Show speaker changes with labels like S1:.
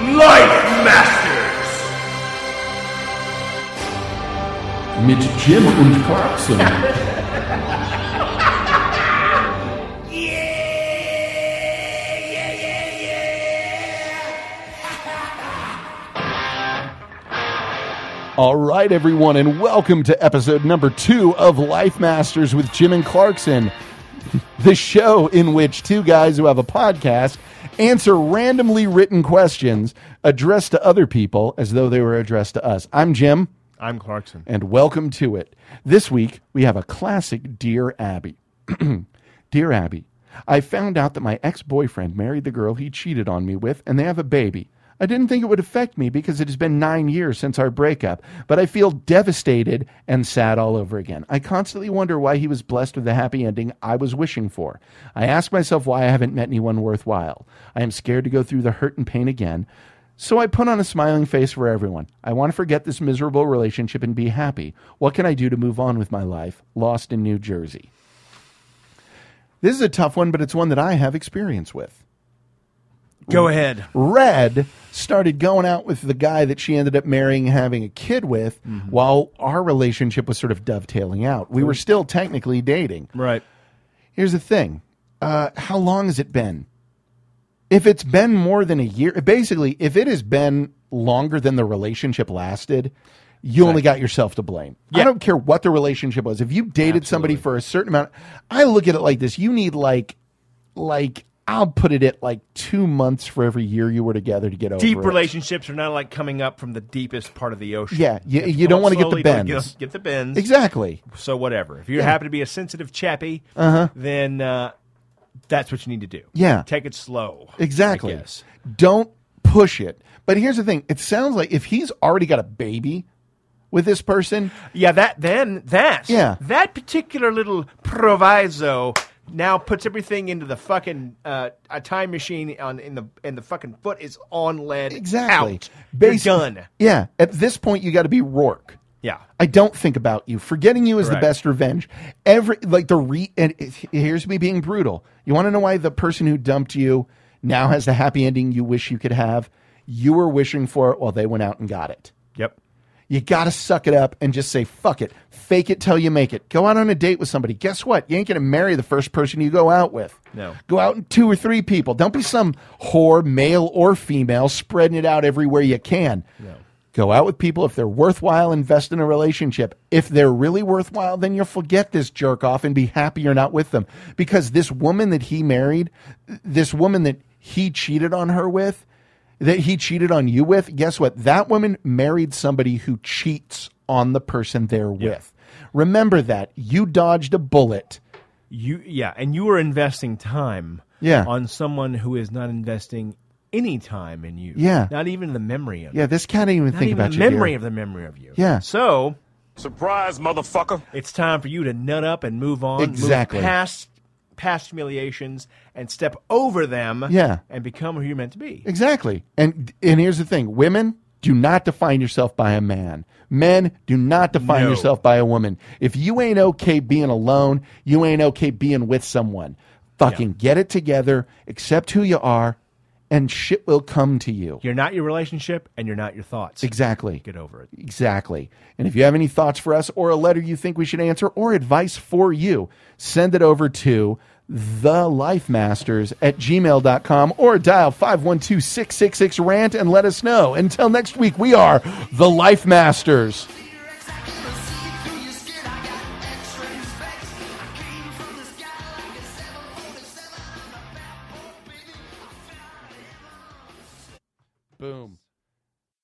S1: Life Masters!
S2: Mit Jim und Carson. All right, everyone, and welcome to episode number two of Life Masters with Jim and Clarkson, the show in which two guys who have a podcast answer randomly written questions addressed to other people as though they were addressed to us. I'm Jim,
S3: I'm Clarkson.
S2: and welcome to it. This week, we have a classic Dear Abby. Dear Abby, I found out that my ex boyfriend married the girl he cheated on me with, and they have a baby. I didn't think it would affect me because it has been nine years since our breakup, but I feel devastated and sad all over again. I constantly wonder why he was blessed with the happy ending I was wishing for. I ask myself why I haven't met anyone worthwhile. I am scared to go through the hurt and pain again. So I put on a smiling face for everyone. I want to forget this miserable relationship and be happy. What can I do to move on with my life? Lost in New Jersey. This is a tough one, but it's one that I have experience with.
S3: Go ahead.
S2: Red started going out with the guy that she ended up marrying, and having a kid with, while our relationship was sort of dovetailing out. We were still technically dating.
S3: Right.
S2: Here's the thing uh, how long has it been? If it's been more than a year, basically, if it has been longer than the relationship lasted, you only got yourself to blame. I
S3: Yeah.
S2: don't care what the relationship was. If you dated somebody for a certain amount, I look at it like this you need, like, like, I'll put it at like two months for every year you were together to get over
S3: Deep
S2: it.
S3: relationships are not like coming up from the deepest part of the ocean.
S2: Yeah, you, you,
S3: Come
S2: don't
S3: up
S2: want to get
S3: slowly,
S2: the
S3: don't
S2: bends.
S3: Get, get the bends.
S2: Exactly.
S3: So whatever. If you happen to be a sensitive chappy, uh-huh. then uh, that's what you need to do.
S2: Yeah.
S3: Take it slow.
S2: Exactly.
S3: I guess.
S2: Don't push it. But here's the thing: it sounds like if he's already got a baby with this person,
S3: Yeah. That then that
S2: Yeah.
S3: that particular little proviso now puts everything into the fucking uh, a time machine on in the and the fucking foot is on lead.
S2: exactly.
S3: Out. You're
S2: Basi-
S3: done.
S2: Yeah. At this point, you got to be Rourke.
S3: Yeah.
S2: I don't think about you. Forgetting you is the
S3: Correct.
S2: best revenge. Every like the re and it- here's me being brutal. You want to know why the person who dumped you now has the happy ending you wish you could have? You were wishing for it while they went out and got it.
S3: Yep.
S2: You got to suck it up and just say, fuck it. Fake it till you make it. Go out on a date with somebody. Guess what? You ain't going to marry the first person you go out with.
S3: No.
S2: Go out and two or three people. Don't be some whore, male or female, spreading it out everywhere you can. No. Go out with people if they're worthwhile, invest in a relationship. If they're really worthwhile, then you'll forget this jerk off and be happy you're not with them. Because this woman that he married, this woman that he cheated on her with, that he cheated on you with, guess what? That woman married somebody who cheats on the person they're with. Remember that. You dodged a bullet.
S3: You yeah, and you are investing time
S2: Yeah.
S3: on someone who is not investing any time in you.
S2: Yeah.
S3: Not even the memory of you.
S2: Yeah, this cat didn't even
S3: Not
S2: think
S3: even
S2: about
S3: the
S2: you. dear.
S3: memory of the memory of you.
S2: Yeah.
S3: So
S1: Surprise, motherfucker!
S3: it's time for you to nut up and move on.
S2: Exactly.
S3: Move past past humiliations and step over them
S2: Yeah.
S3: and become who you're meant to be.
S2: Exactly. And and here's the thing women, do not define yourself by a man. Men, do not define
S3: No.
S2: yourself by a woman. If you ain't okay being alone, you ain't okay being with someone. Fucking get it together, accept who you are, and shit will come to you.
S3: You're not your relationship and you're not your thoughts.
S2: Exactly.
S3: Get over it.
S2: Exactly. And if you have any thoughts for us or a letter you think we should answer or advice for you, send it over to thelifemasters at gmail.com or dial 512 666 rant and let us know. Until next week, we are the Life Masters. Boom.